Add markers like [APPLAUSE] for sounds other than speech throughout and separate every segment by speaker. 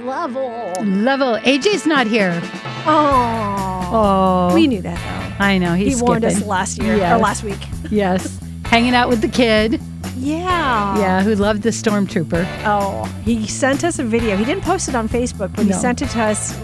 Speaker 1: level.
Speaker 2: Level. AJ's not here.
Speaker 1: Oh,
Speaker 2: Oh.
Speaker 1: we knew that
Speaker 2: I know.
Speaker 1: though. He
Speaker 2: He's
Speaker 1: warned us
Speaker 2: skipping.
Speaker 1: last year or
Speaker 2: Yes.
Speaker 1: last
Speaker 2: [LAUGHS]
Speaker 1: week.
Speaker 2: Yes. Hanging out with the kid.
Speaker 1: Yeah.
Speaker 2: Yeah, who loved the stormtrooper.
Speaker 1: Oh, he sent us a video. He didn't post it on Facebook, but he
Speaker 2: No.
Speaker 1: sent it to us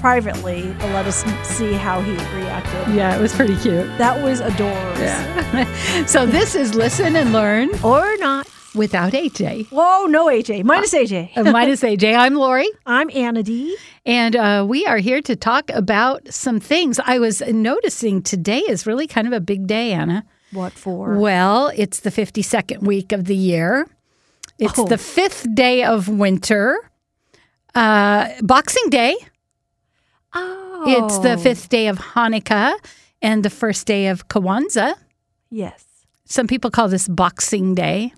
Speaker 1: privately to let us see how he reacted.
Speaker 2: Yeah, it was pretty cute.
Speaker 1: That was adorable.
Speaker 2: Yeah. [LAUGHS] so this is listen and learn
Speaker 1: Or not.
Speaker 2: without AJ.
Speaker 1: Whoa, no AJ. Minus AJ.
Speaker 2: Uh, Minus AJ, I'm Lori,
Speaker 1: I'm Anna D.
Speaker 2: and uh, we are here to talk about some things. I was noticing today is really kind of a big day, Anna.
Speaker 1: What for?
Speaker 2: Well, it's the 52nd week of the year. It's
Speaker 1: Oh.
Speaker 2: the fifth day of winter. Uh, Boxing Day.
Speaker 1: Oh.
Speaker 2: It's the fifth day of Hanukkah and the first day of Kwanzaa.
Speaker 1: Yes.
Speaker 2: Some people call this Boxing Day.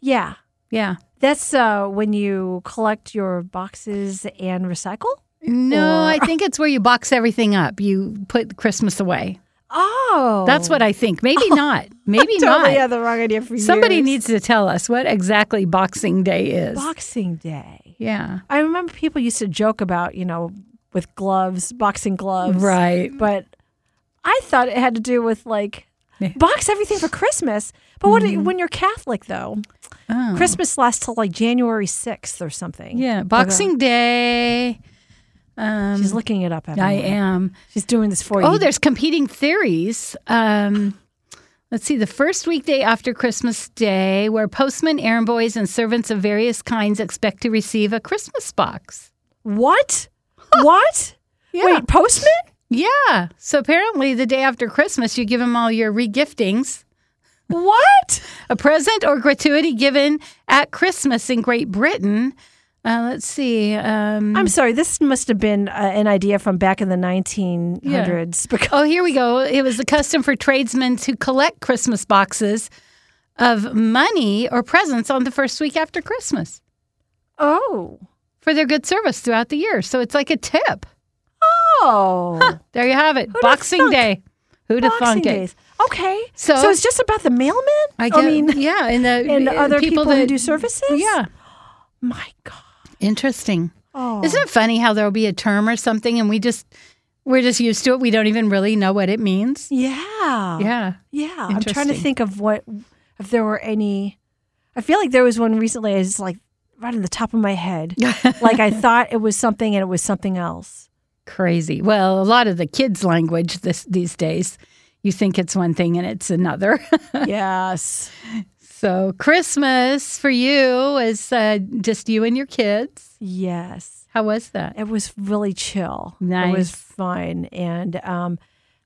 Speaker 1: Yeah.
Speaker 2: Yeah.
Speaker 1: That's uh, when you collect your boxes and recycle?
Speaker 2: No,
Speaker 1: Or-
Speaker 2: I think it's where you box everything up. You put Christmas away.
Speaker 1: Oh.
Speaker 2: That's what I think.
Speaker 1: [LAUGHS]
Speaker 2: Maybe not. Maybe
Speaker 1: totally
Speaker 2: not.
Speaker 1: had the wrong idea for
Speaker 2: Somebody
Speaker 1: years.
Speaker 2: needs to tell us what exactly Boxing Day is.
Speaker 1: Boxing Day.
Speaker 2: yeah.
Speaker 1: I remember people used to joke about, you know, with gloves, boxing gloves.
Speaker 2: Right.
Speaker 1: But I thought it had to do with like
Speaker 2: Yeah.
Speaker 1: box everything for Christmas. But what
Speaker 2: Mm-hmm.
Speaker 1: when you're Catholic though,
Speaker 2: Oh.
Speaker 1: Christmas lasts till like January 6th or something.
Speaker 2: Yeah. Boxing Day. Um,
Speaker 1: She's looking it up. Everyone.
Speaker 2: I am.
Speaker 1: She's doing this for you.
Speaker 2: Oh, there's competing theories. Um, let's see. The first weekday after Christmas Day, where postmen, errand boys, and servants of various kinds expect to receive a Christmas box. [LAUGHS]
Speaker 1: What? what? Wait, postman?
Speaker 2: Yeah. So apparently, the day after Christmas, you give them all your regiftings,
Speaker 1: What?
Speaker 2: a present or gratuity given at Christmas in Great Britain. Uh, let's see. Um,
Speaker 1: I'm sorry. This must have been uh, an idea from back in the 1900s because
Speaker 2: Oh, here we go. It was the custom for tradesmen to collect Christmas boxes of money or presents on the first week after Christmas
Speaker 1: oh.
Speaker 2: for their good service throughout the year. So it's like a tip.
Speaker 1: Oh.
Speaker 2: There you have it.
Speaker 1: Who'da
Speaker 2: Boxing
Speaker 1: thunk?
Speaker 2: Day. Who'd have
Speaker 1: Boxing
Speaker 2: thunk it?
Speaker 1: days. Okay.
Speaker 2: So-
Speaker 1: So, it's just about the mailman?
Speaker 2: I, get, [LAUGHS]
Speaker 1: mean,
Speaker 2: yeah, and the
Speaker 1: and
Speaker 2: uh,
Speaker 1: other people,
Speaker 2: that
Speaker 1: who do services?
Speaker 2: Yeah,
Speaker 1: My God.
Speaker 2: interesting.
Speaker 1: Oh.
Speaker 2: Isn't it funny how there'll be a term or something and we just we're just used to it. We don't even really know what it means.
Speaker 1: Yeah.
Speaker 2: Yeah. [LAUGHS]
Speaker 1: Yeah. I'm trying to
Speaker 2: Interesting.
Speaker 1: think of what, if there were any. I feel like there was one recently. I just like right on the top of my head. [LAUGHS] like I thought it was something and it was something
Speaker 2: [LAUGHS]
Speaker 1: else.
Speaker 2: Crazy. Well, a lot of the kids' language this, these days, you think it's one thing and it's another. [LAUGHS]
Speaker 1: yes.
Speaker 2: so, Christmas for you is uh, just you and your kids.
Speaker 1: Yes.
Speaker 2: How was that?
Speaker 1: It was really chill. It
Speaker 2: Nice.
Speaker 1: was fun. And um,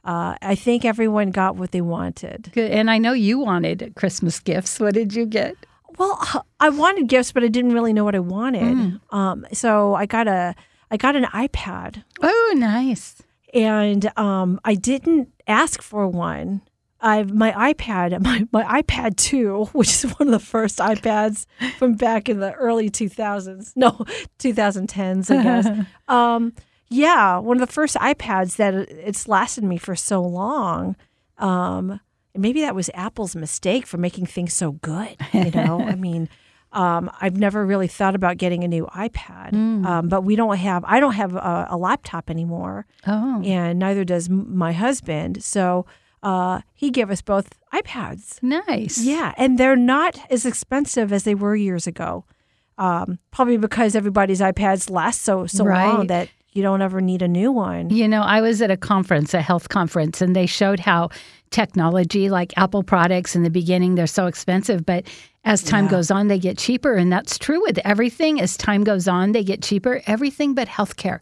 Speaker 1: uh, I think everyone got what they wanted.
Speaker 2: Good. And I know you wanted Christmas gifts. What did you get?
Speaker 1: Well, I wanted gifts, but I didn't really know what I wanted. Um, so I got a I got an iPad,
Speaker 2: Oh, nice.
Speaker 1: and um, I didn't ask for one. I my iPad, [LAUGHS] my, my iPad two, which is one of the first iPads from back in the early two thousands, no two thousand tens, I guess. um, yeah, one of the first iPads that it- it's lasted me for so long. Um, and maybe that was Apple's mistake for making things so good. You know, I mean, um, I've never really thought about getting a new iPad, um, but we don't have. I don't have a, a laptop anymore,
Speaker 2: Oh,
Speaker 1: and neither does m- my husband. So uh, he gave us both iPads.
Speaker 2: nice.
Speaker 1: Yeah, and they're not as expensive as they were years ago. Um, probably because everybody's iPads last so so long
Speaker 2: Right.
Speaker 1: that you don't ever need a new one.
Speaker 2: You know, I was at a conference, a health conference, and they showed how technology, like Apple products in the beginning, they're so expensive, but as time goes on, they get cheaper. And that's true with everything. As time goes on, they get cheaper. Everything but healthcare.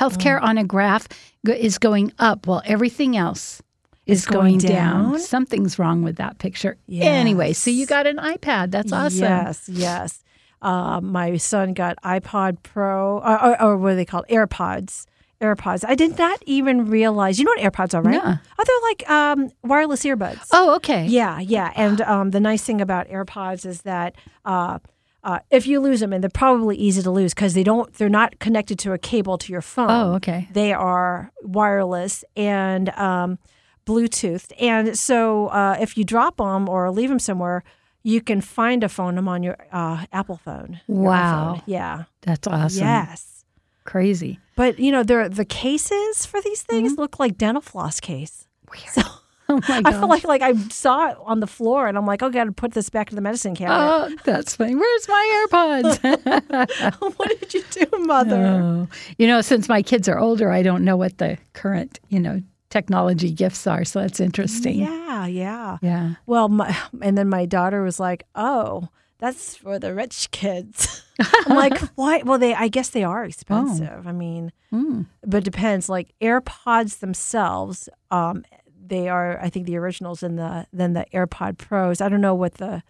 Speaker 1: Oh.
Speaker 2: Healthcare on a graph go- is going up while everything else is going,
Speaker 1: going
Speaker 2: down.
Speaker 1: down?
Speaker 2: Something's wrong with that picture. Anyway, so you
Speaker 1: Yes.
Speaker 2: got an iPad. That's awesome.
Speaker 1: Yes, yes. Uh, my son got iPod Pro, or, or, or what are they called? AirPods. AirPods. I did not even realize. You know what AirPods are, right?
Speaker 2: No.
Speaker 1: Oh, they're like um, wireless earbuds.
Speaker 2: Oh, okay.
Speaker 1: Yeah, yeah. And um, the nice thing about AirPods is that uh, uh, if you lose them, and they're probably easy to lose because they don't, they're not connected to a cable to your phone.
Speaker 2: Oh, okay.
Speaker 1: They are wireless and um, Bluetoothed, and so uh, if you drop them or leave them somewhere, you can find a phone 'em on your uh, Apple phone. your
Speaker 2: Wow.
Speaker 1: iPhone. Yeah.
Speaker 2: That's awesome.
Speaker 1: Yes.
Speaker 2: Crazy.
Speaker 1: But you know, there the cases for these things
Speaker 2: Mm-hmm.
Speaker 1: look like dental floss case.
Speaker 2: Weird.
Speaker 1: [LAUGHS] So
Speaker 2: Oh my
Speaker 1: I
Speaker 2: god.
Speaker 1: feel like like I saw it on the floor, and I'm like, oh, gotta put this back in the medicine cabinet.
Speaker 2: Oh, that's funny. Where's my
Speaker 1: [LAUGHS]
Speaker 2: AirPods?
Speaker 1: what did you do, mother?
Speaker 2: oh. [LAUGHS] You know, since my kids are older, I don't know what the current, you know, technology gifts are. So that's interesting.
Speaker 1: yeah, yeah.
Speaker 2: Yeah.
Speaker 1: Well, my, and then my daughter was like, "Oh, that's for the rich kids." [LAUGHS] I'm like, "Why?" Well, they I guess they are expensive. I mean,
Speaker 2: Mm.
Speaker 1: but it depends. Like AirPods themselves, um, they are I think the originals and the than the AirPod Pros. I don't know what the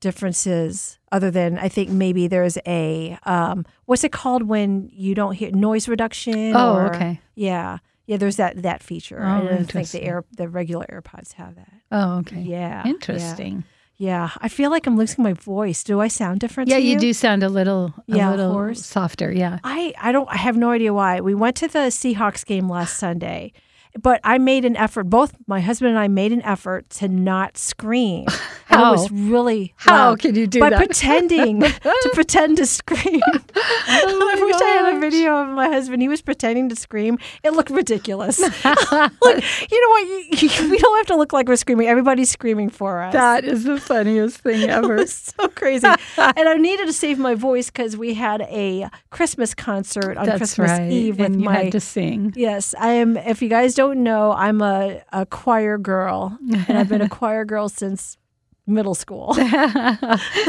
Speaker 1: difference is, other than I think maybe there's a um, what's it called when you don't hear noise reduction?
Speaker 2: Oh,
Speaker 1: or-
Speaker 2: okay.
Speaker 1: Yeah, yeah. There's that that feature.
Speaker 2: Oh,
Speaker 1: I don't think
Speaker 2: interesting.
Speaker 1: the air the regular AirPods have that.
Speaker 2: Oh, okay.
Speaker 1: Yeah. yeah.
Speaker 2: Interesting.
Speaker 1: Yeah, I feel like I'm losing my voice. Do I sound different?
Speaker 2: Yeah,
Speaker 1: to
Speaker 2: you do sound a little, a
Speaker 1: Yeah,
Speaker 2: little
Speaker 1: hoarse.
Speaker 2: softer. Yeah.
Speaker 1: I I don't. I have no idea why. We went to the Seahawks game last Sunday, but I made an effort. Both my husband and I made an effort to not
Speaker 2: [LAUGHS]
Speaker 1: scream. And it
Speaker 2: How?
Speaker 1: was really
Speaker 2: How
Speaker 1: loud.
Speaker 2: can you do
Speaker 1: by
Speaker 2: that? [LAUGHS]
Speaker 1: pretending to pretend to scream.
Speaker 2: Oh
Speaker 1: [LAUGHS] I wish I had a video of my husband. He was pretending to scream. It looked
Speaker 2: [LAUGHS]
Speaker 1: ridiculous. [LAUGHS] like, you know what? You, you- [LAUGHS] we don't have to look like we're screaming. Everybody's screaming for us.
Speaker 2: That is the
Speaker 1: [LAUGHS]
Speaker 2: funniest thing ever.
Speaker 1: was so crazy. and I needed to save my voice because we had a Christmas concert on
Speaker 2: That's
Speaker 1: Christmas
Speaker 2: right.
Speaker 1: Eve with
Speaker 2: and you
Speaker 1: my.
Speaker 2: had to
Speaker 1: [LAUGHS]
Speaker 2: sing.
Speaker 1: Yes, I am. If you guys don't know, I'm a, a choir girl, and I've been a
Speaker 2: [LAUGHS]
Speaker 1: choir girl since middle school.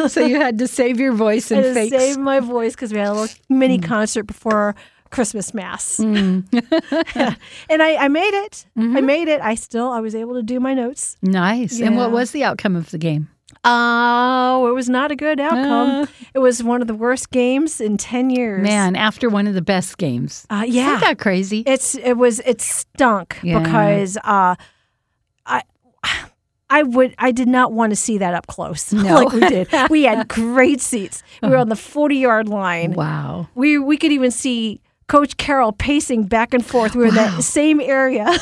Speaker 2: so you had to save your voice
Speaker 1: I
Speaker 2: and
Speaker 1: just
Speaker 2: fake.
Speaker 1: saved my voice because we had a little
Speaker 2: Mm.
Speaker 1: mini concert before Christmas mass,
Speaker 2: Mm.
Speaker 1: [LAUGHS] and I, I made it. I
Speaker 2: Mm-hmm.
Speaker 1: made it. I still I was able to do my notes.
Speaker 2: Nice. And what
Speaker 1: Yeah.
Speaker 2: was the outcome of the game?
Speaker 1: Oh, it was not a good outcome. it was one of the worst games in ten years.
Speaker 2: Uh. Man, after one of the best games.
Speaker 1: uh, yeah,
Speaker 2: Isn't that crazy?
Speaker 1: It's it was it stunk
Speaker 2: Yeah.
Speaker 1: because uh, I I would I did not want to see that up close [LAUGHS]
Speaker 2: No.
Speaker 1: like we did. We
Speaker 2: [LAUGHS]
Speaker 1: had great seats. We were on the forty yard line.
Speaker 2: wow.
Speaker 1: We we could even see Coach Carroll pacing back and forth. We were in
Speaker 2: Wow.
Speaker 1: that same area.
Speaker 2: [LAUGHS]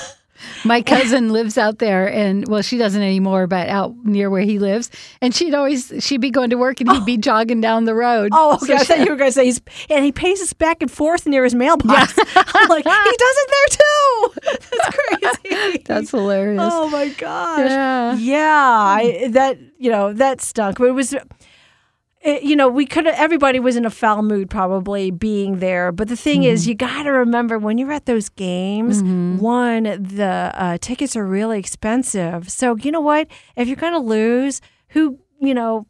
Speaker 2: My cousin lives out there, and well, she doesn't anymore, but out near where he lives, and she'd always she'd be going to work, and he'd be jogging down the road.
Speaker 1: Oh, okay.
Speaker 2: So
Speaker 1: I
Speaker 2: she-
Speaker 1: thought you were going to say he's and he paces back and forth near his mailbox. [LAUGHS] I'm like he does it there too. [LAUGHS] That's
Speaker 2: [LAUGHS]
Speaker 1: crazy.
Speaker 2: [LAUGHS] that's hilarious.
Speaker 1: Oh my gosh.
Speaker 2: Yeah.
Speaker 1: Yeah, I, that you know that stunk. But it was, it, you know, we could have everybody was in a foul mood probably being there. But the thing
Speaker 2: Mm-hmm.
Speaker 1: is, you got to remember when you're at those games. One, the uh, tickets are really expensive. So you know what? If you're gonna lose, who you know,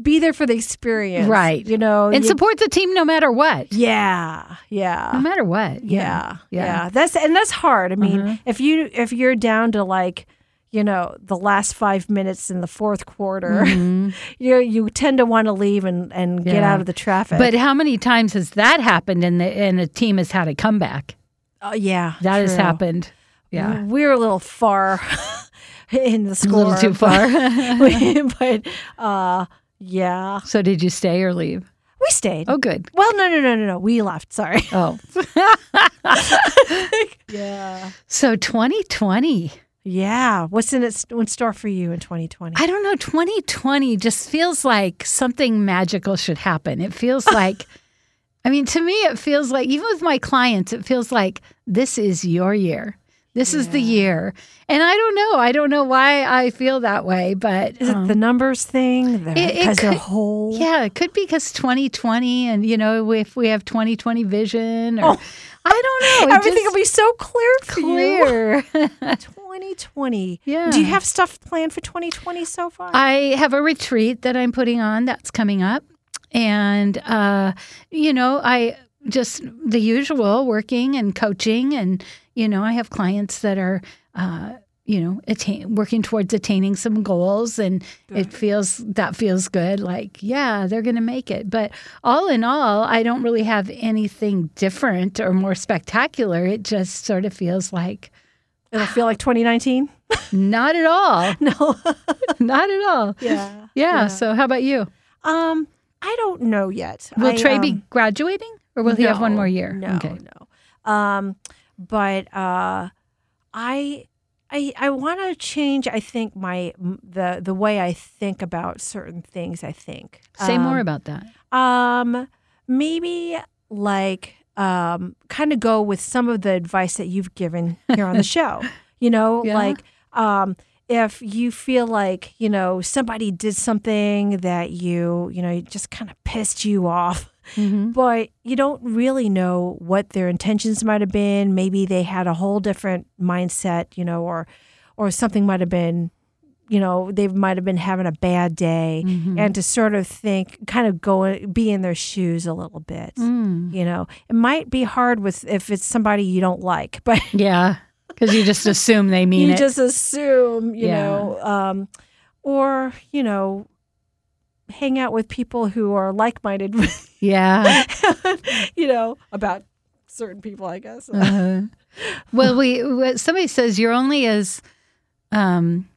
Speaker 1: be there for the experience,
Speaker 2: Right.
Speaker 1: You know,
Speaker 2: and
Speaker 1: you-
Speaker 2: support the team no matter what.
Speaker 1: yeah,
Speaker 2: No
Speaker 1: yeah.
Speaker 2: matter what.
Speaker 1: Yeah,
Speaker 2: Yeah. Mm-hmm.
Speaker 1: yeah, That's and that's hard. I mean, if you if you're down to like, you know, the last five minutes in the fourth quarter, [LAUGHS] you you tend to want to leave and and get
Speaker 2: Mm-hmm. Yeah.
Speaker 1: out of the traffic.
Speaker 2: But how many times has that happened and the and a team has had a comeback?
Speaker 1: Oh, yeah,
Speaker 2: That has
Speaker 1: true.
Speaker 2: happened. Yeah.
Speaker 1: we're a little far [LAUGHS] in the
Speaker 2: [LAUGHS] A
Speaker 1: score,
Speaker 2: little too far. [LAUGHS]
Speaker 1: but, [LAUGHS] but uh, yeah,
Speaker 2: so did you stay or leave?
Speaker 1: we stayed. [LAUGHS]
Speaker 2: Oh good.
Speaker 1: Well, no, no, no, no, no. We left. Sorry.
Speaker 2: Oh.
Speaker 1: Yeah.
Speaker 2: So 2020.
Speaker 1: [LAUGHS] Yeah. What's in it in store for you in 2020?
Speaker 2: I don't know, 2020 just feels like something magical should happen.
Speaker 1: [LAUGHS]
Speaker 2: It feels like I mean, to me it feels like even with my clients, it feels like this is your year. This is the year. And I don't know. I don't know why I feel that way, but
Speaker 1: Is it the numbers thing? The-
Speaker 2: It- it
Speaker 1: Because they're
Speaker 2: could-
Speaker 1: whole.
Speaker 2: Yeah, it could be because 2020, and you know, if we have 2020 vision, or I
Speaker 1: [LAUGHS]
Speaker 2: don't
Speaker 1: Oh.
Speaker 2: know, it
Speaker 1: Everything
Speaker 2: just
Speaker 1: will be so clear for you.
Speaker 2: clear. [LAUGHS]
Speaker 1: 2020.
Speaker 2: Yeah.
Speaker 1: Do you have stuff planned for 2020 so far?
Speaker 2: I have a retreat that I'm putting on that's coming up, and uh, you know, I just the usual working and coaching, and you know, I have clients that are. Uh, you know, attain, working towards attaining some goals, and it feels that feels good. Like, yeah, they're going to make it. But all in all, I don't really have anything different or more spectacular. It just sort of feels like
Speaker 1: It'll feel like
Speaker 2: [LAUGHS]
Speaker 1: 2019.
Speaker 2: not at all, [LAUGHS]
Speaker 1: No.
Speaker 2: not at all.
Speaker 1: yeah.
Speaker 2: Yeah. So, how about you?
Speaker 1: Um, I don't know yet.
Speaker 2: Will
Speaker 1: I,
Speaker 2: Trey be
Speaker 1: um,
Speaker 2: graduating, or will he have one
Speaker 1: no,
Speaker 2: more year?
Speaker 1: No.
Speaker 2: Okay.
Speaker 1: No. Um, but uh, I. I, I want to change. I think my m- the the way I think about certain things. I think
Speaker 2: Say
Speaker 1: Um,
Speaker 2: more about that.
Speaker 1: Um, maybe like um, kind of go with some of the advice that you've given here on the show. You know,
Speaker 2: Yeah.
Speaker 1: like um, if you feel like you know somebody did something that you you know it just kind of pissed you off.
Speaker 2: Mhm.
Speaker 1: But you don't really know what their intentions might have been. Maybe they had a whole different mindset, you know, or or something might have been, you know, they might have been having a bad day,
Speaker 2: Mm-hmm.
Speaker 1: and to sort of think, kind of go be in their shoes a little bit.
Speaker 2: Mm.
Speaker 1: You know, it might be hard with if it's somebody you don't like, [LAUGHS] but
Speaker 2: Yeah, because you just assume they mean
Speaker 1: you
Speaker 2: it.
Speaker 1: just assume, you
Speaker 2: Yeah.
Speaker 1: know, um, or you know, hang out with people who are
Speaker 2: [LAUGHS]
Speaker 1: like-minded. [LAUGHS]
Speaker 2: yeah.
Speaker 1: you know, about certain people, I guess.
Speaker 2: Uh-huh. well, we what- somebody says you're only as um,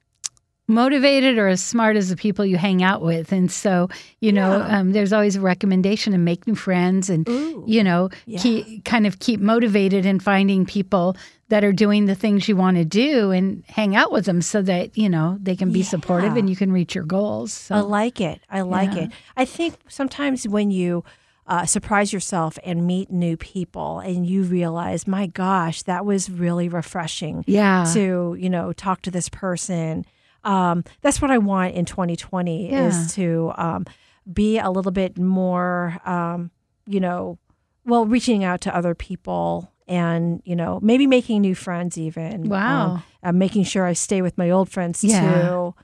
Speaker 2: motivated or as smart as the people you hang out with, and so you know,
Speaker 1: Yeah.
Speaker 2: um, there's always a recommendation of making friends and
Speaker 1: Ooh.
Speaker 2: you know,
Speaker 1: Mm-hmm. Yeah.
Speaker 2: keep, kind of keep motivated in finding people that are doing the things you want to do and hang out with them so that, you know, they can be supportive
Speaker 1: Yeah.
Speaker 2: and you can reach your goals.
Speaker 1: I
Speaker 2: So,
Speaker 1: like it. I like
Speaker 2: Yeah.
Speaker 1: it. I think sometimes when you uh, surprise yourself and meet new people, and you realize, my gosh, that was really refreshing
Speaker 2: yeah.
Speaker 1: to you know talk to this person. Um, that's what I want in 2020
Speaker 2: Yeah.
Speaker 1: is to um, be a little bit more, um, you know, well, reaching out to other people and you know maybe making new friends even. Um,
Speaker 2: wow.
Speaker 1: uh, making sure I stay with my old friends
Speaker 2: Yeah.
Speaker 1: too.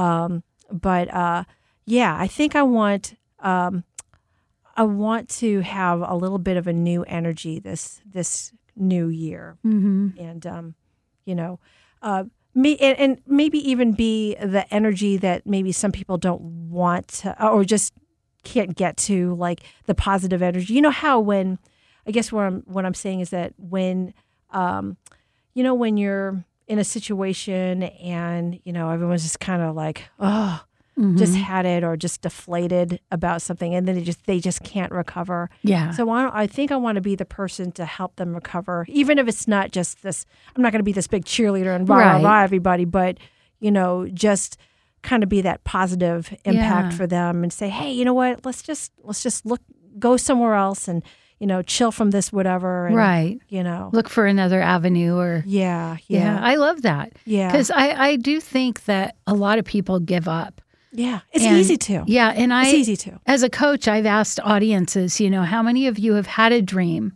Speaker 1: Um, but uh, yeah, I think I want um, I want to have a little bit of a new energy this this new year,
Speaker 2: hmm
Speaker 1: and um, you know, uh, me and, and maybe even be the energy that maybe some people don't want to, or just can't get to, like the positive energy. You know how when I guess what I'm what I'm saying is that when um, you know when you're in a situation and you know everyone's just kind of like oh
Speaker 2: Mm-hmm.
Speaker 1: just had it or just deflated about something and then they just they just can't recover
Speaker 2: yeah.
Speaker 1: so I, I think i want to be the person to help them recover even if it's not just this i'm not going to be this big cheerleader and rah rah
Speaker 2: Right.
Speaker 1: rah everybody but you know just kind of be that positive impact
Speaker 2: Yeah.
Speaker 1: for them and say hey you know what let's just let's just look go somewhere else and you know chill from this whatever and,
Speaker 2: right.
Speaker 1: you know
Speaker 2: Look for another avenue or,
Speaker 1: yeah
Speaker 2: yeah.
Speaker 1: yeah
Speaker 2: I love that.
Speaker 1: yeah
Speaker 2: Because I, I do think that a lot of people give up.
Speaker 1: yeah it's
Speaker 2: And-
Speaker 1: easy to
Speaker 2: Yeah. And I,
Speaker 1: it's easy to
Speaker 2: As a coach, I've asked audiences, you know, how many of you have had a dream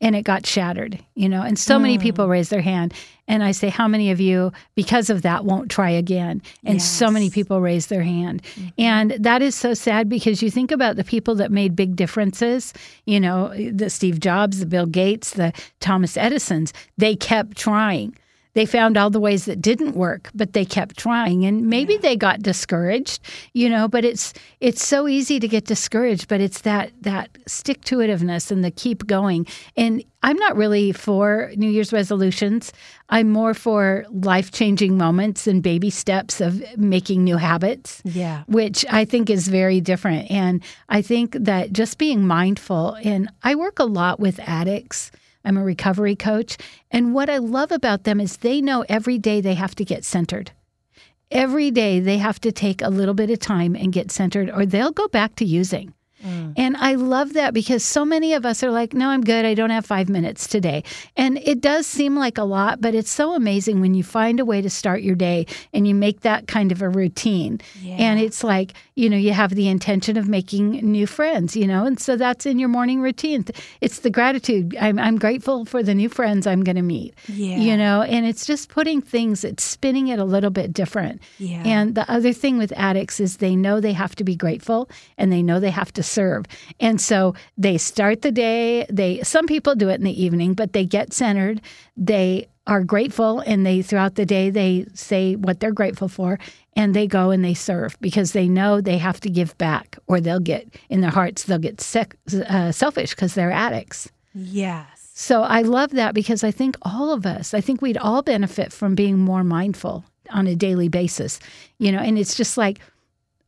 Speaker 2: and it got shattered, you know, and so many people raise their hand. And I say, how many of you, because of that, won't try again? And so many
Speaker 1: Yes.
Speaker 2: people raise their hand. And that is so sad because you think about the people that made big differences, you know, the Steve Jobs, the Bill Gates, the Thomas Edison's, they kept trying. They found all the ways that didn't work, but they kept trying and maybe they got discouraged, you know, but it's it's so easy to get discouraged, but it's that that stick to itiveness and the keep going. And I'm not really for New Year's resolutions. I'm more for life-changing moments and baby steps of making new habits
Speaker 1: yeah
Speaker 2: which I think is very different. And I think that just being mindful, and I work a lot with addicts. I'm a recovery coach. And what I love about them is they know every day they have to get centered. Every day they have to take a little bit of time and get centered, or they'll go back to using. And I love that because so many of us are like, no, I'm good. I don't have five minutes today. And it does seem like a lot, but it's so amazing when you find a way to start your day and you make that kind of a routine. And it's like, you know, you have the intention of making new friends, you know, and so that's in your morning routine. It's the gratitude. I'm, I'm grateful for the new friends I'm going to meet,
Speaker 1: yeah
Speaker 2: you know, and it's just putting things, it's spinning it a little bit different.
Speaker 1: yeah
Speaker 2: And the other thing with addicts is they know they have to be grateful and they know they have to serve. And so they start the day, they some people do it in the evening, but they get centered, they are grateful and they throughout the day they say what they're grateful for and they go and they serve because they know they have to give back or they'll get in their hearts they'll get sec- uh, selfish because they're addicts.
Speaker 1: yes
Speaker 2: So I love that because I think all of us, I think we'd all benefit from being more mindful on a daily basis, you know, and it's just like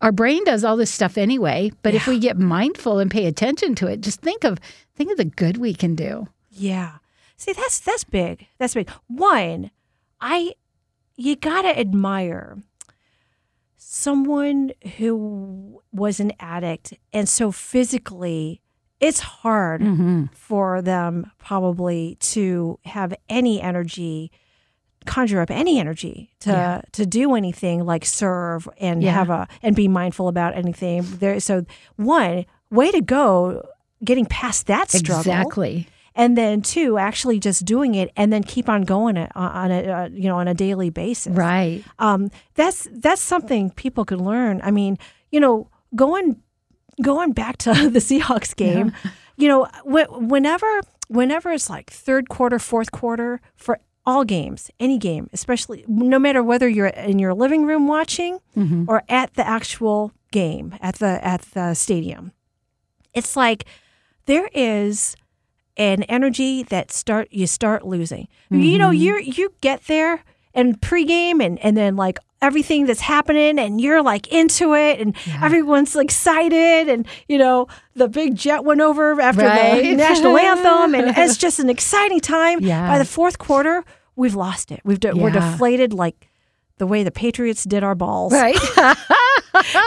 Speaker 2: our brain does all this stuff anyway, but if we get mindful and pay attention to it, just think of think of the good we can do.
Speaker 1: Yeah. See, that's that's big. That's big. One, I you got to admire someone who was an addict and so physically it's hard
Speaker 2: Mm.
Speaker 1: for them probably to have any energy conjure up any energy to
Speaker 2: Yeah.
Speaker 1: to do anything like serve and
Speaker 2: Yeah.
Speaker 1: have a and be mindful about anything there so one way to go getting past that struggle
Speaker 2: Exactly.
Speaker 1: and then two actually just doing it and then keep on going it on a uh, you know on a daily basis
Speaker 2: Right.
Speaker 1: um, that's that's something people could learn. I mean, you know, going going back to [LAUGHS] the Seahawks game, you know, wh- whenever whenever it's like third quarter, fourth quarter for all games, any game, especially no matter whether you're in your living room watching
Speaker 2: Mm-hmm.
Speaker 1: or at the actual game at the at the stadium, it's like there is an energy that start you start losing. You
Speaker 2: Mm-hmm.
Speaker 1: know, you you get there and pregame and and then like everything that's happening and you're like into it and everyone's like excited and you know the big jet went over after the
Speaker 2: Right. [LAUGHS]
Speaker 1: national anthem and it's just an exciting time.
Speaker 2: Yeah.
Speaker 1: By the fourth quarter, we've lost it. We've de- we're
Speaker 2: Yeah.
Speaker 1: deflated like the way the Patriots did our balls.
Speaker 2: [LAUGHS] Right.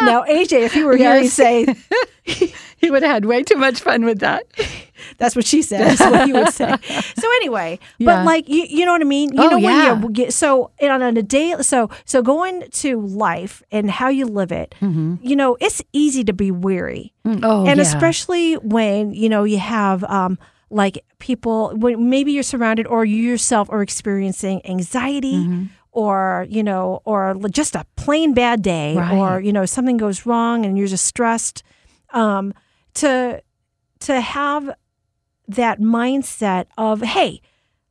Speaker 1: Now, AJ, if you were here,
Speaker 2: Yes.
Speaker 1: you'd say
Speaker 2: he would have had way too much fun with that.
Speaker 1: That's what she said. That's what you would
Speaker 2: [LAUGHS]
Speaker 1: say. So anyway,
Speaker 2: Yeah.
Speaker 1: but like you, you know what I mean. You
Speaker 2: Oh,
Speaker 1: know
Speaker 2: yeah.
Speaker 1: when you get so and on, a day. So so going to life and how you live it. You know, it's easy to be weary,
Speaker 2: Oh,
Speaker 1: Mm-hmm. Mm. and
Speaker 2: yeah.
Speaker 1: especially when you know you have um like people when maybe you're surrounded or you yourself are experiencing anxiety.
Speaker 2: Mm-hmm.
Speaker 1: Or you know, or just a plain bad day,
Speaker 2: Right.
Speaker 1: or you know something goes wrong and you're just stressed. Um, to to have that mindset of hey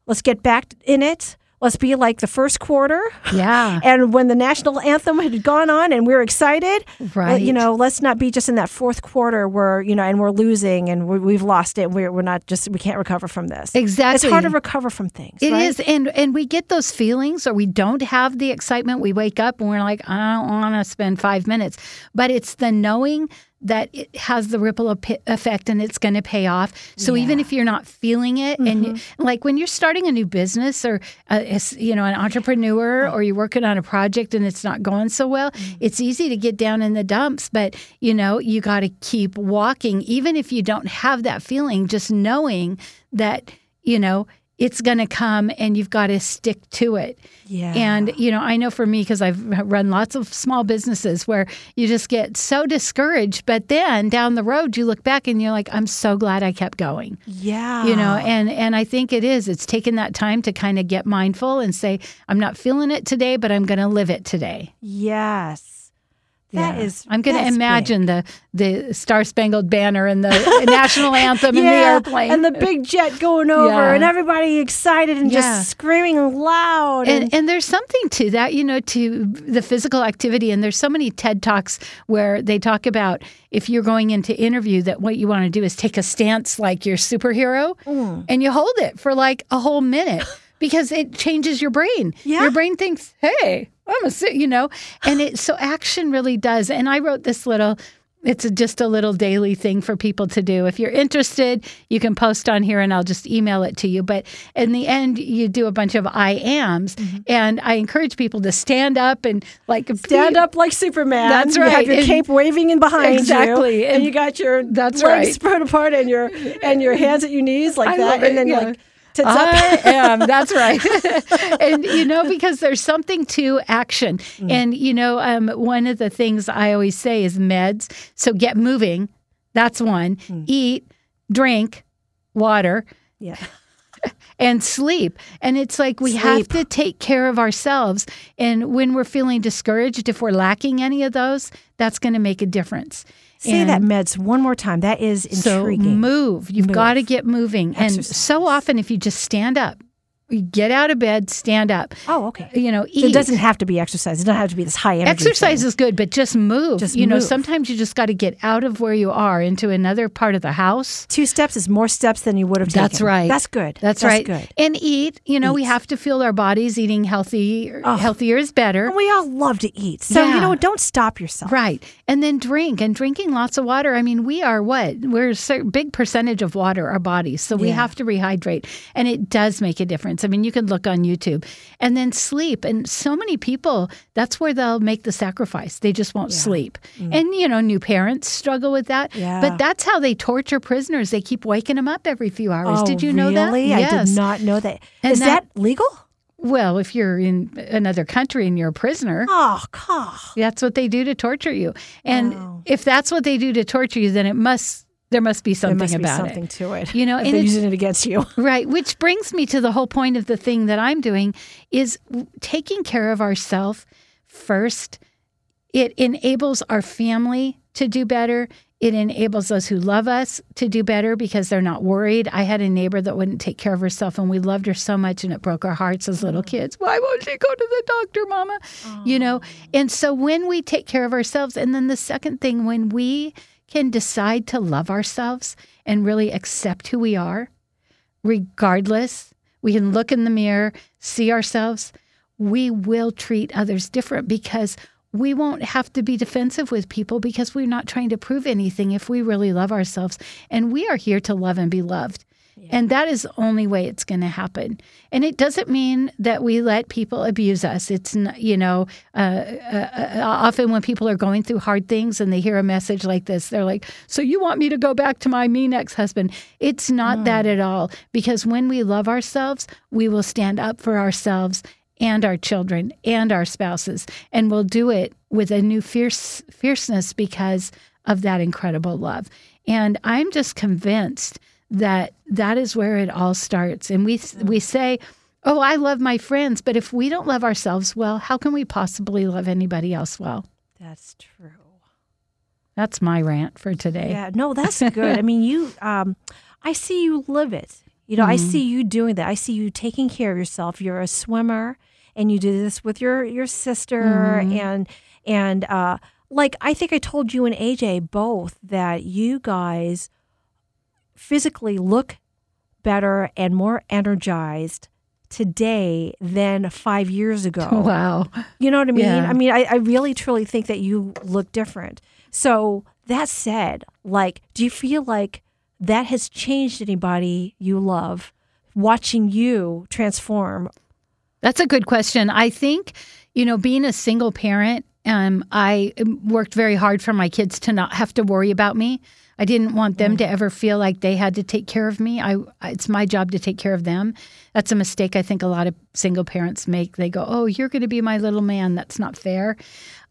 Speaker 1: let's get back in it let's be like the first quarter
Speaker 2: [LAUGHS] yeah.
Speaker 1: and when the national anthem had gone on and we were excited
Speaker 2: Right.
Speaker 1: uh, you know let's not be just in that fourth quarter where you know and we're losing and we, we've lost it we're, we're not just we can't recover from this
Speaker 2: Exactly.
Speaker 1: it's hard to recover from things
Speaker 2: It is,
Speaker 1: right?
Speaker 2: and and we get those feelings, or we don't have the excitement. We wake up and we're like, I don't want to spend five minutes. But it's the knowing that it has the ripple ep- effect and it's going to pay off. So even if you're not feeling it, and you, like when you're starting a new business or uh, as, you know an entrepreneur, or you're working on a project and it's not going so well, it's easy to get down in the dumps. But you know you got to keep walking, even if you don't have that feeling. Just knowing that you know it's going to come and you've got to stick to it.
Speaker 1: Yeah.
Speaker 2: And, you know, I know for me, because I've run lots of small businesses where you just get so discouraged. But then down the road, you look back and you're like, I'm so glad I kept going.
Speaker 1: yeah
Speaker 2: You know, and and I think it is. It's taken that time to kind of get mindful and say, I'm not feeling it today, but I'm going to live it today.
Speaker 1: yes That
Speaker 2: Yeah.
Speaker 1: is-
Speaker 2: I'm going to
Speaker 1: that's big.
Speaker 2: imagine the the Star Spangled Banner and the [LAUGHS] national anthem and the
Speaker 1: yeah,
Speaker 2: airplane
Speaker 1: and the big jet going over,
Speaker 2: Yeah.
Speaker 1: and everybody excited and
Speaker 2: Yeah.
Speaker 1: just screaming loud.
Speaker 2: And, and there's something to that, you know, to the physical activity. And there's so many TED Talks where they talk about if you're going into interview that what you want to do is take a stance like your superhero and you hold it for like a whole minute because it changes your brain.
Speaker 1: Yeah.
Speaker 2: Your brain thinks, hey, I'm a, su-" you know, and it, so action really does. And I wrote this little, it's a, just a little daily thing for people to do. If you're interested, you can post on here and I'll just email it to you. But in the end, you do a bunch of I ams, and I encourage people to stand up and like
Speaker 1: Stand up like Superman.
Speaker 2: That's
Speaker 1: You have
Speaker 2: right.
Speaker 1: your
Speaker 2: And-
Speaker 1: cape waving in behind
Speaker 2: Exactly.
Speaker 1: you, and,
Speaker 2: And-
Speaker 1: you got your
Speaker 2: That's
Speaker 1: legs
Speaker 2: right.
Speaker 1: spread apart and your and your hands at your knees like
Speaker 2: I
Speaker 1: that,
Speaker 2: love
Speaker 1: and
Speaker 2: it,
Speaker 1: then
Speaker 2: yeah.
Speaker 1: like tits
Speaker 2: I
Speaker 1: up.
Speaker 2: am. That's right. and you know, because there's something to action.
Speaker 1: Mm.
Speaker 2: And you know, um, one of the things I always say is meds. So get moving. That's one.
Speaker 1: Hmm.
Speaker 2: Eat, drink, water,
Speaker 1: [LAUGHS] Yeah,
Speaker 2: and sleep. And it's like we have
Speaker 1: Sleep.
Speaker 2: to take care of ourselves. And when we're feeling discouraged, if we're lacking any of those, that's going to make a difference.
Speaker 1: say
Speaker 2: And-
Speaker 1: that meds one more time. That is
Speaker 2: so
Speaker 1: intriguing.
Speaker 2: move. You've
Speaker 1: Move.
Speaker 2: got to get moving. And
Speaker 1: Exercise.
Speaker 2: so often, if you just stand up, you get out of bed, stand up.
Speaker 1: oh, okay.
Speaker 2: You know, eat.
Speaker 1: So it doesn't have to be exercise. It doesn't have to be this high energy.
Speaker 2: Exercise
Speaker 1: thing.
Speaker 2: is good, but just move.
Speaker 1: Just
Speaker 2: you know,
Speaker 1: move.
Speaker 2: sometimes you just got to get out of where you are into another part of the house.
Speaker 1: Two steps is more steps than you would have taken.
Speaker 2: That's right.
Speaker 1: That's good.
Speaker 2: That's, right.
Speaker 1: Good.
Speaker 2: And eat. You know, we have to fuel our bodies. Eating healthy, healthier is better.
Speaker 1: And we all love to eat, so
Speaker 2: Yeah.
Speaker 1: you know, don't stop yourself.
Speaker 2: Right. And then drink and drinking lots of water. I mean, we are what? We're a cer- big percentage of water, our bodies. So we have to rehydrate. And it does make a difference. I mean, you can look on YouTube. And then sleep. And so many people, that's where they'll make the sacrifice. They just won't sleep. And, you know, new parents struggle with that.
Speaker 1: Mm. Yeah.
Speaker 2: But that's how they torture prisoners. They keep waking them up every few hours.
Speaker 1: Oh,
Speaker 2: Did you know that?
Speaker 1: really? I did not know that. Is
Speaker 2: And
Speaker 1: that,
Speaker 2: that-
Speaker 1: legal?
Speaker 2: Well, if you're in another country and you're a prisoner,
Speaker 1: Oh, God.
Speaker 2: that's what they do to torture you. And
Speaker 1: Wow.
Speaker 2: if that's what they do to torture you, then it must there must be
Speaker 1: There
Speaker 2: something
Speaker 1: must be
Speaker 2: about
Speaker 1: something
Speaker 2: it.
Speaker 1: to it.
Speaker 2: You know,
Speaker 1: if
Speaker 2: and
Speaker 1: they're
Speaker 2: it's-
Speaker 1: using it against you.
Speaker 2: Right, which brings me to the whole point of the thing that I'm doing is w- taking care of ourselves first. It enables our family to do better. It enables those who love us to do better because they're not worried. I had a neighbor that wouldn't take care of herself, and we loved her so much, and it broke our hearts as little kids. Why won't she go to the doctor, Mama? You know? And so when we take care of ourselves, and then the second thing, when we can decide to love ourselves and really accept who we are, regardless, we can look in the mirror, see ourselves, we will treat others different because we won't have to be defensive with people because we're not trying to prove anything if we really love ourselves. And we are here to love and be loved. And that is the only way it's going to happen. And it doesn't mean that we let people abuse us. It's, n- you know, uh, uh, uh, often when people are going through hard things and they hear a message like this, they're like, So you want me to go back to my mean ex husband? It's not that at all. Because when we love ourselves, we will stand up for ourselves and our children and our spouses. And we'll do it with a new fierce, fierceness because of that incredible love. And I'm just convinced that that is where it all starts. And we we say, "Oh, I love my friends," but if we don't love ourselves well, how can we possibly love anybody else well?
Speaker 1: That's true.
Speaker 2: That's my rant for today.
Speaker 1: Yeah, no, that's good. I mean, you, um, I see you live it. You know, I see you doing that. I see you taking care of yourself. You're a swimmer, and you do this with your your sister, and and uh, like I think I told you and AJ both that you guys physically look better and more energized today than five years ago.
Speaker 2: [LAUGHS] Wow.
Speaker 1: You know what I mean?
Speaker 2: Yeah.
Speaker 1: I mean, I, I really truly think that you look different. So that said, like, do you feel like that has changed anybody you love watching you transform?
Speaker 2: That's a good question. I think, you know, being a single parent, um, I worked very hard for my kids to not have to worry about me. I didn't want them to ever feel like they had to take care of me. I it's my job to take care of them. That's a mistake I think a lot of single parents make. They go, "Oh, you're going to be my little man. That's not fair."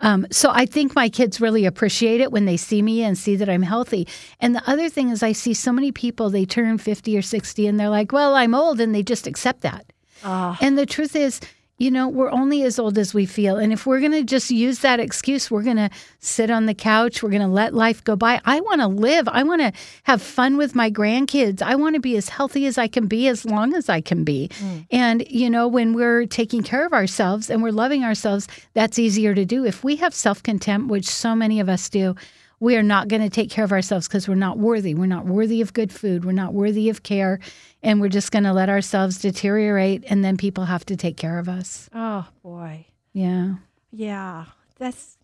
Speaker 2: Um, so I think my kids really appreciate it when they see me and see that I'm healthy. And the other thing is, I see so many people. They turn 50 or 60 and they're like, "Well, I'm old," and they just accept that. And the truth is, you know, we're only as old as we feel. And if we're going to just use that excuse, we're going to sit on the couch, we're going to let life go by. I want to live. I want to have fun with my grandkids. I want to be as healthy as I can be, as long as I can be. And, you know, when we're taking care of ourselves and we're loving ourselves, that's easier to do. If we have self contempt, which so many of us do, we are not going to take care of ourselves because we're not worthy. We're not worthy of good food. We're not worthy of care. And we're just going to let ourselves deteriorate. And then people have to take care of us.
Speaker 1: Oh boy,
Speaker 2: Yeah.
Speaker 1: yeah, that's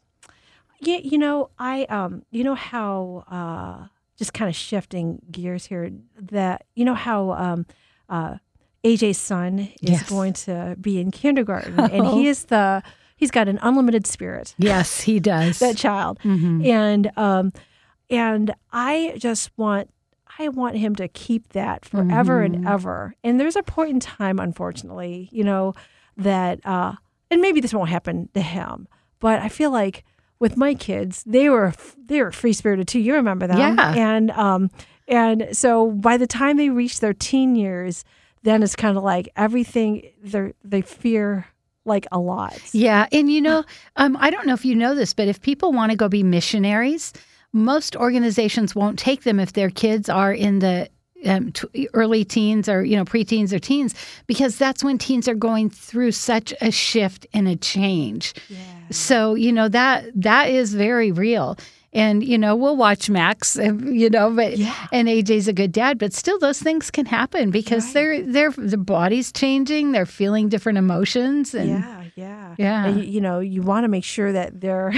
Speaker 1: yeah. You know, I um, you know how uh, just kind of shifting gears here. That you know how um, uh, AJ's son is
Speaker 2: Yes.
Speaker 1: going to be in kindergarten, and he is the he's got an unlimited spirit.
Speaker 2: Yes, he does. Mm-hmm.
Speaker 1: that child and um and i just want i want him to keep that forever
Speaker 2: Mm-hmm.
Speaker 1: and ever and there's a point in time unfortunately you know that uh and maybe this won't happen to him but i feel like with my kids they were they were free spirited too you remember them
Speaker 2: Yeah.
Speaker 1: and um and so by the time they reach their teen years then it's kind of like everything they they fear like a lot
Speaker 2: Yeah, and you know, um, I don't know if you know this, but if people want to go be missionaries, most organizations won't take them if their kids are in the um, t- early teens or you know preteens or teens, because that's when teens are going through such a shift and a change. So you know that that is very real. And you know we'll watch Max, [LAUGHS] uh, you know, but and AJ's a good dad, but still those things can happen because their their their body's changing, they're feeling different emotions, and
Speaker 1: Yeah, yeah,
Speaker 2: Yeah.
Speaker 1: [LAUGHS] And, you, you know, you want to make sure that they're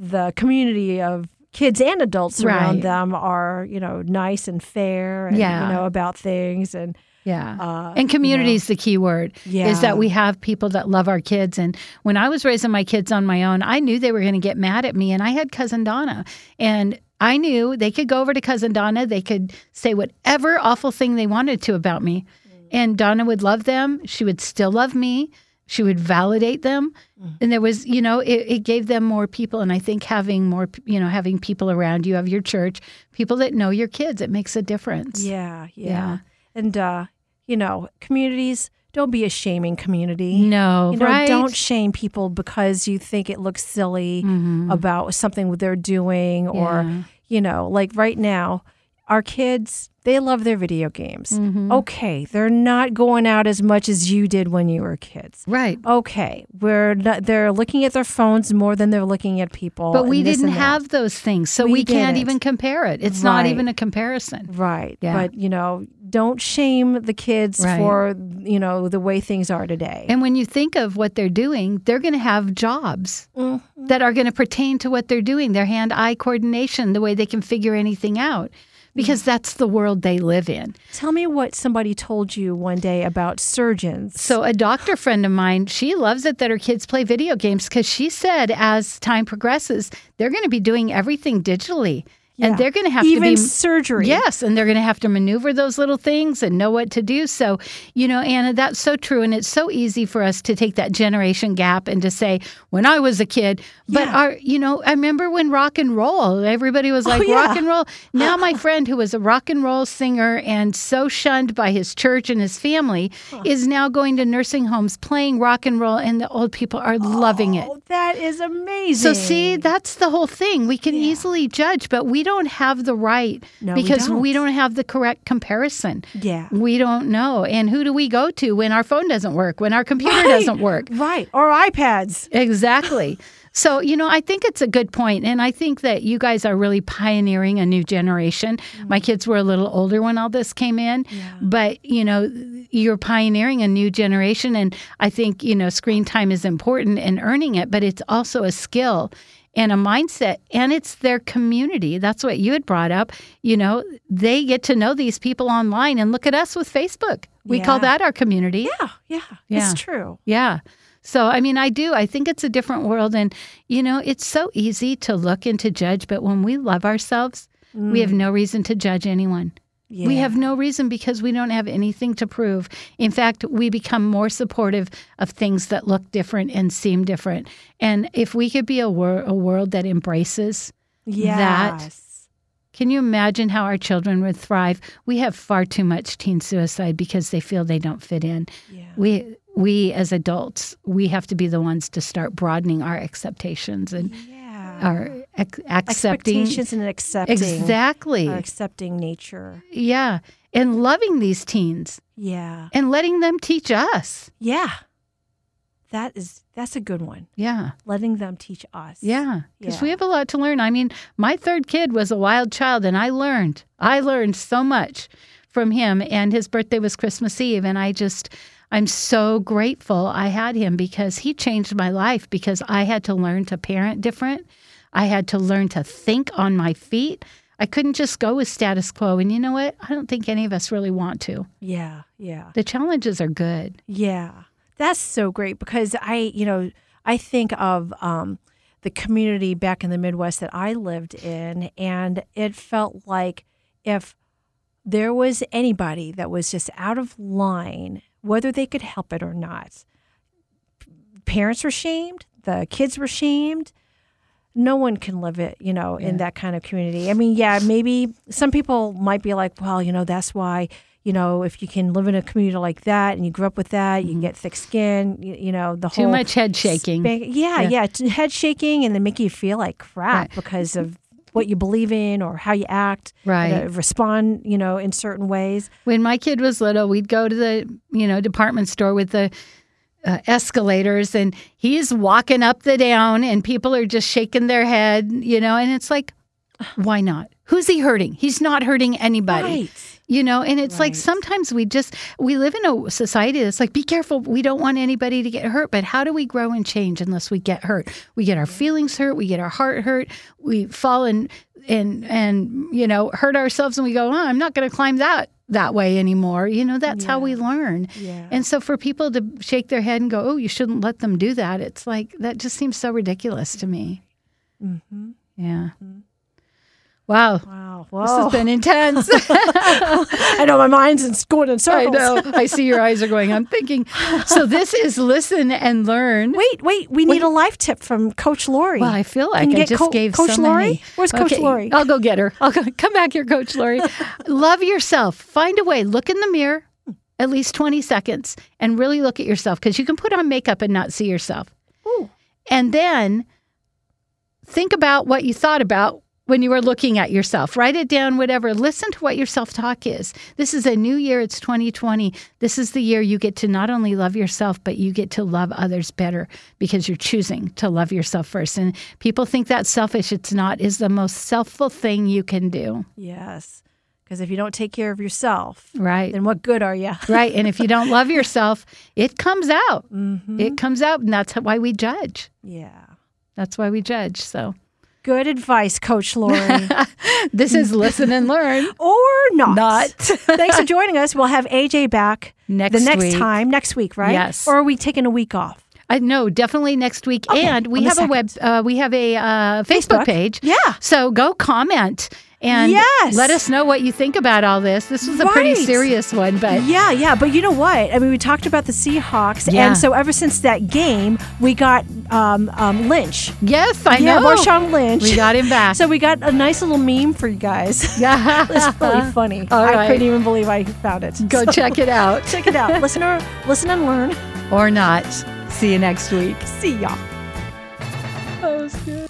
Speaker 1: the community of kids and adults around
Speaker 2: Right.
Speaker 1: them are, you know, nice and fair and,
Speaker 2: Yeah.
Speaker 1: you know, about things. And,
Speaker 2: Yeah.
Speaker 1: uh,
Speaker 2: and community is the key word. Is
Speaker 1: Yeah.
Speaker 2: that we have people that love our kids. And when I was raising my kids on my own, I knew they were going to get mad at me. And I had cousin Donna. And I knew they could go over to cousin Donna. They could say whatever awful thing they wanted to about me.
Speaker 1: Mm.
Speaker 2: And Donna would love them. She would still love me. She would validate them.
Speaker 1: Mm.
Speaker 2: And there was, you know, it, it gave them more people. And I think having more, p- you know, having people around you of your church, people that know your kids, it makes a difference.
Speaker 1: yeah, yeah.
Speaker 2: Yeah.
Speaker 1: And, uh, you know, communities, don't be a shaming community.
Speaker 2: No,
Speaker 1: You know,
Speaker 2: right?
Speaker 1: don't shame people because you think it looks silly
Speaker 2: Mhm.
Speaker 1: about something they're doing or
Speaker 2: Yeah.
Speaker 1: you know, like right now, our kids, they love their video games.
Speaker 2: Mm-hmm.
Speaker 1: Okay, they're not going out as much as you did when you were kids.
Speaker 2: Right.
Speaker 1: Okay, we're not, they're looking at their phones more than they're looking at people.
Speaker 2: But we
Speaker 1: and this
Speaker 2: didn't
Speaker 1: and that.
Speaker 2: have those things, so we,
Speaker 1: We
Speaker 2: can't
Speaker 1: didn't.
Speaker 2: even compare it. It's not
Speaker 1: Right.
Speaker 2: even a comparison.
Speaker 1: Right.
Speaker 2: Yeah.
Speaker 1: But, you know, don't shame the kids
Speaker 2: Right.
Speaker 1: for, you know, the way things are today.
Speaker 2: And when you think of what they're doing, they're going to have jobs
Speaker 1: Mhm.
Speaker 2: that are going to pertain to what they're doing, their hand eye coordination, the way they can figure anything out,
Speaker 1: Mm.
Speaker 2: because that's the world they live in.
Speaker 1: Tell me what somebody told you one day about surgeons.
Speaker 2: So, a doctor friend of mine, she loves it that her kids play video games because she said as time progresses, they're going to be doing everything digitally.
Speaker 1: Yeah.
Speaker 2: And they're going to have
Speaker 1: even
Speaker 2: to be
Speaker 1: surgery.
Speaker 2: Yes, and they're going to have to maneuver those little things and know what to do. So, you know, Anna, that's so true. And it's so easy for us to take that generation gap and to say, when I was a kid, but
Speaker 1: Yeah. Oh,
Speaker 2: our, you know, I remember when rock and roll, everybody was like,
Speaker 1: yeah.
Speaker 2: rock and roll.
Speaker 1: [LAUGHS]
Speaker 2: Now, my friend who was a rock and roll singer and so shunned by his church and his family is now going to nursing homes playing rock and roll, and the old people are loving it.
Speaker 1: Oh, that is
Speaker 2: So
Speaker 1: amazing.
Speaker 2: see, that's the whole thing. We can easily judge, but we don't have the right
Speaker 1: No, we
Speaker 2: because
Speaker 1: don't.
Speaker 2: have the correct comparison.
Speaker 1: Yeah.
Speaker 2: We don't know. And who do we go to when our phone doesn't work, when our computer
Speaker 1: Right.
Speaker 2: doesn't work?
Speaker 1: Right. Or iPads.
Speaker 2: Exactly. So, you know, I think it's a good point, And I think that you guys are really pioneering a new generation. My kids were a little older when all this came in, but, you know, you're pioneering a new generation. And I think, you know, screen time is important and earning it, but it's also a skill and a mindset and it's their community that's what you had brought up you know they get to know these people online and look at us with facebook we call
Speaker 1: Yeah.
Speaker 2: that our community
Speaker 1: Yeah, yeah,
Speaker 2: Yeah.
Speaker 1: it's true.
Speaker 2: yeah. So, I mean, I do. I think it's a different world. And, you know, it's so easy to look and to judge. But when we love ourselves, we have no reason to judge anyone. We
Speaker 1: Mm, Yeah.
Speaker 2: have no reason because we don't have anything to prove. In fact, we become more supportive of things that look different and seem different. And if we could be a, wor- a world that embraces, that-
Speaker 1: Yes.
Speaker 2: can you imagine how our children would thrive? We have far too much teen suicide because they feel they don't fit in
Speaker 1: Yeah.
Speaker 2: we we as adults we have to be the ones to start broadening our acceptations and
Speaker 1: yeah.
Speaker 2: our ac- accepting
Speaker 1: expectations and accepting.
Speaker 2: exactly
Speaker 1: Our accepting nature.
Speaker 2: yeah and loving these teens
Speaker 1: Yeah.
Speaker 2: and letting them teach us
Speaker 1: Yeah. That is that's a good one.
Speaker 2: yeah
Speaker 1: Letting them teach us.
Speaker 2: yeah because
Speaker 1: Yeah.
Speaker 2: we have a lot to learn i mean my third kid was a wild child and i learned i learned so much from him and his birthday was christmas eve and i just i'm so grateful i had him because he changed my life because i had to learn to parent different I had to learn to think on my feet. I couldn't just go with status quo. And you know what? I don't think any of us really want to.
Speaker 1: Yeah. Yeah.
Speaker 2: The challenges are good.
Speaker 1: Yeah. That's so great because I, you know, I think of um, the community back in the Midwest that I lived in, and it felt like if there was anybody that was just out of line, whether they could help it or not, p- parents were shamed, the kids were shamed. No one can live it, you know, in that kind of community. I mean, yeah, maybe some people might be like, well, you know, that's why, you know, if you can live in a community like that and you grew up with that, you get thick skin, you, you know, the
Speaker 2: Mm-hmm. Too
Speaker 1: whole
Speaker 2: much head shaking.
Speaker 1: Oh, spank- yeah,
Speaker 2: Yeah.
Speaker 1: yeah, t- head shaking, and then make you feel like crap
Speaker 2: Right.
Speaker 1: because of what you believe in or how you act,
Speaker 2: Right.
Speaker 1: uh, respond, you know, in certain ways.
Speaker 2: When my kid was little, we'd go to the, you know, department store with the uh, escalators and he's walking up the down and people are just shaking their head, you know, and it's like, why not? Who's he hurting? He's not hurting anybody.
Speaker 1: Right.
Speaker 2: you know and it's like
Speaker 1: Right.
Speaker 2: sometimes we just we live in a society that's like be careful we don't want anybody to get hurt but how do we grow and change unless we get hurt we get our feelings hurt we get our heart hurt we fall and and and you know hurt ourselves and we go oh, i'm not going to climb that that way anymore you know that's how we learn
Speaker 1: Yeah.
Speaker 2: and so for people to shake their head and go oh you shouldn't let them do that it's like that just seems so ridiculous to me
Speaker 1: hmm
Speaker 2: yeah wow
Speaker 1: Wow. Whoa.
Speaker 2: this has been intense
Speaker 1: [LAUGHS]
Speaker 2: [LAUGHS]
Speaker 1: I know my mind's in, going in
Speaker 2: I
Speaker 1: circles.
Speaker 2: know. [LAUGHS] I see your eyes are going. I'm thinking. So this is listen and learn.
Speaker 1: Wait, wait. We need a life tip from Coach Lori.
Speaker 2: Well, I feel like
Speaker 1: Can you
Speaker 2: I
Speaker 1: get
Speaker 2: just
Speaker 1: Co-
Speaker 2: gave
Speaker 1: Coach
Speaker 2: so
Speaker 1: Lori?
Speaker 2: many. Oh.
Speaker 1: Where's Coach Lori?
Speaker 2: I'll go get her. I'll go, come back here, Coach Lori. Love yourself. Find a way. Look in the mirror, at least 20 seconds, and really look at yourself because you can put on makeup and not see yourself.
Speaker 1: Ooh.
Speaker 2: And then think about what you thought about when you were looking at yourself. Write it down, whatever. Listen to what your self talk is. This is a new year. It's 2020. This is the year you get to not only love yourself, but you get to love others better because you're choosing to love yourself first. And people think that's selfish. It's not, it's the most selfful thing you can do.
Speaker 1: Yes. Because if you don't take care of yourself, [LAUGHS]
Speaker 2: Right.
Speaker 1: then what good are you?
Speaker 2: Right. And if you don't love yourself, it comes out. It comes out. And that's why we judge.
Speaker 1: Mm-hmm. Yeah.
Speaker 2: That's why we judge. So
Speaker 1: Good advice, Coach
Speaker 2: [LAUGHS]
Speaker 1: Lori.
Speaker 2: this is listen and learn.
Speaker 1: or not.
Speaker 2: Not.
Speaker 1: Thanks for joining us. We'll have AJ back
Speaker 2: Next
Speaker 1: the next
Speaker 2: week.
Speaker 1: time, next week, right?
Speaker 2: Yes.
Speaker 1: Or are we taking a week off?
Speaker 2: [LAUGHS] I no, definitely next week.
Speaker 1: Okay,
Speaker 2: and we
Speaker 1: on the
Speaker 2: have a web, uh, we have a uh, Facebook,
Speaker 1: Facebook.
Speaker 2: page.
Speaker 1: Yeah.
Speaker 2: So go comment and
Speaker 1: Yes.
Speaker 2: let us know what you think about all this. This was a pretty
Speaker 1: Right.
Speaker 2: serious one, but
Speaker 1: Yeah, yeah, but you know what? I mean, we talked about the Seahawks,
Speaker 2: Yeah.
Speaker 1: and so ever since that game, we got um, um, Lynch.
Speaker 2: yes, I
Speaker 1: yeah,
Speaker 2: know.
Speaker 1: Marshawn Lynch.
Speaker 2: We got him back.
Speaker 1: So we got a nice little meme for you guys. [LAUGHS]
Speaker 2: [LAUGHS] yeah.
Speaker 1: it's really funny.
Speaker 2: Uh-huh. All
Speaker 1: I
Speaker 2: right.
Speaker 1: couldn't even believe I found it.
Speaker 2: Go
Speaker 1: So
Speaker 2: check it out
Speaker 1: check it
Speaker 2: [LAUGHS]
Speaker 1: out. listen, or, listen and learn.
Speaker 2: or not. See you next week.
Speaker 1: See ya.
Speaker 2: That was good.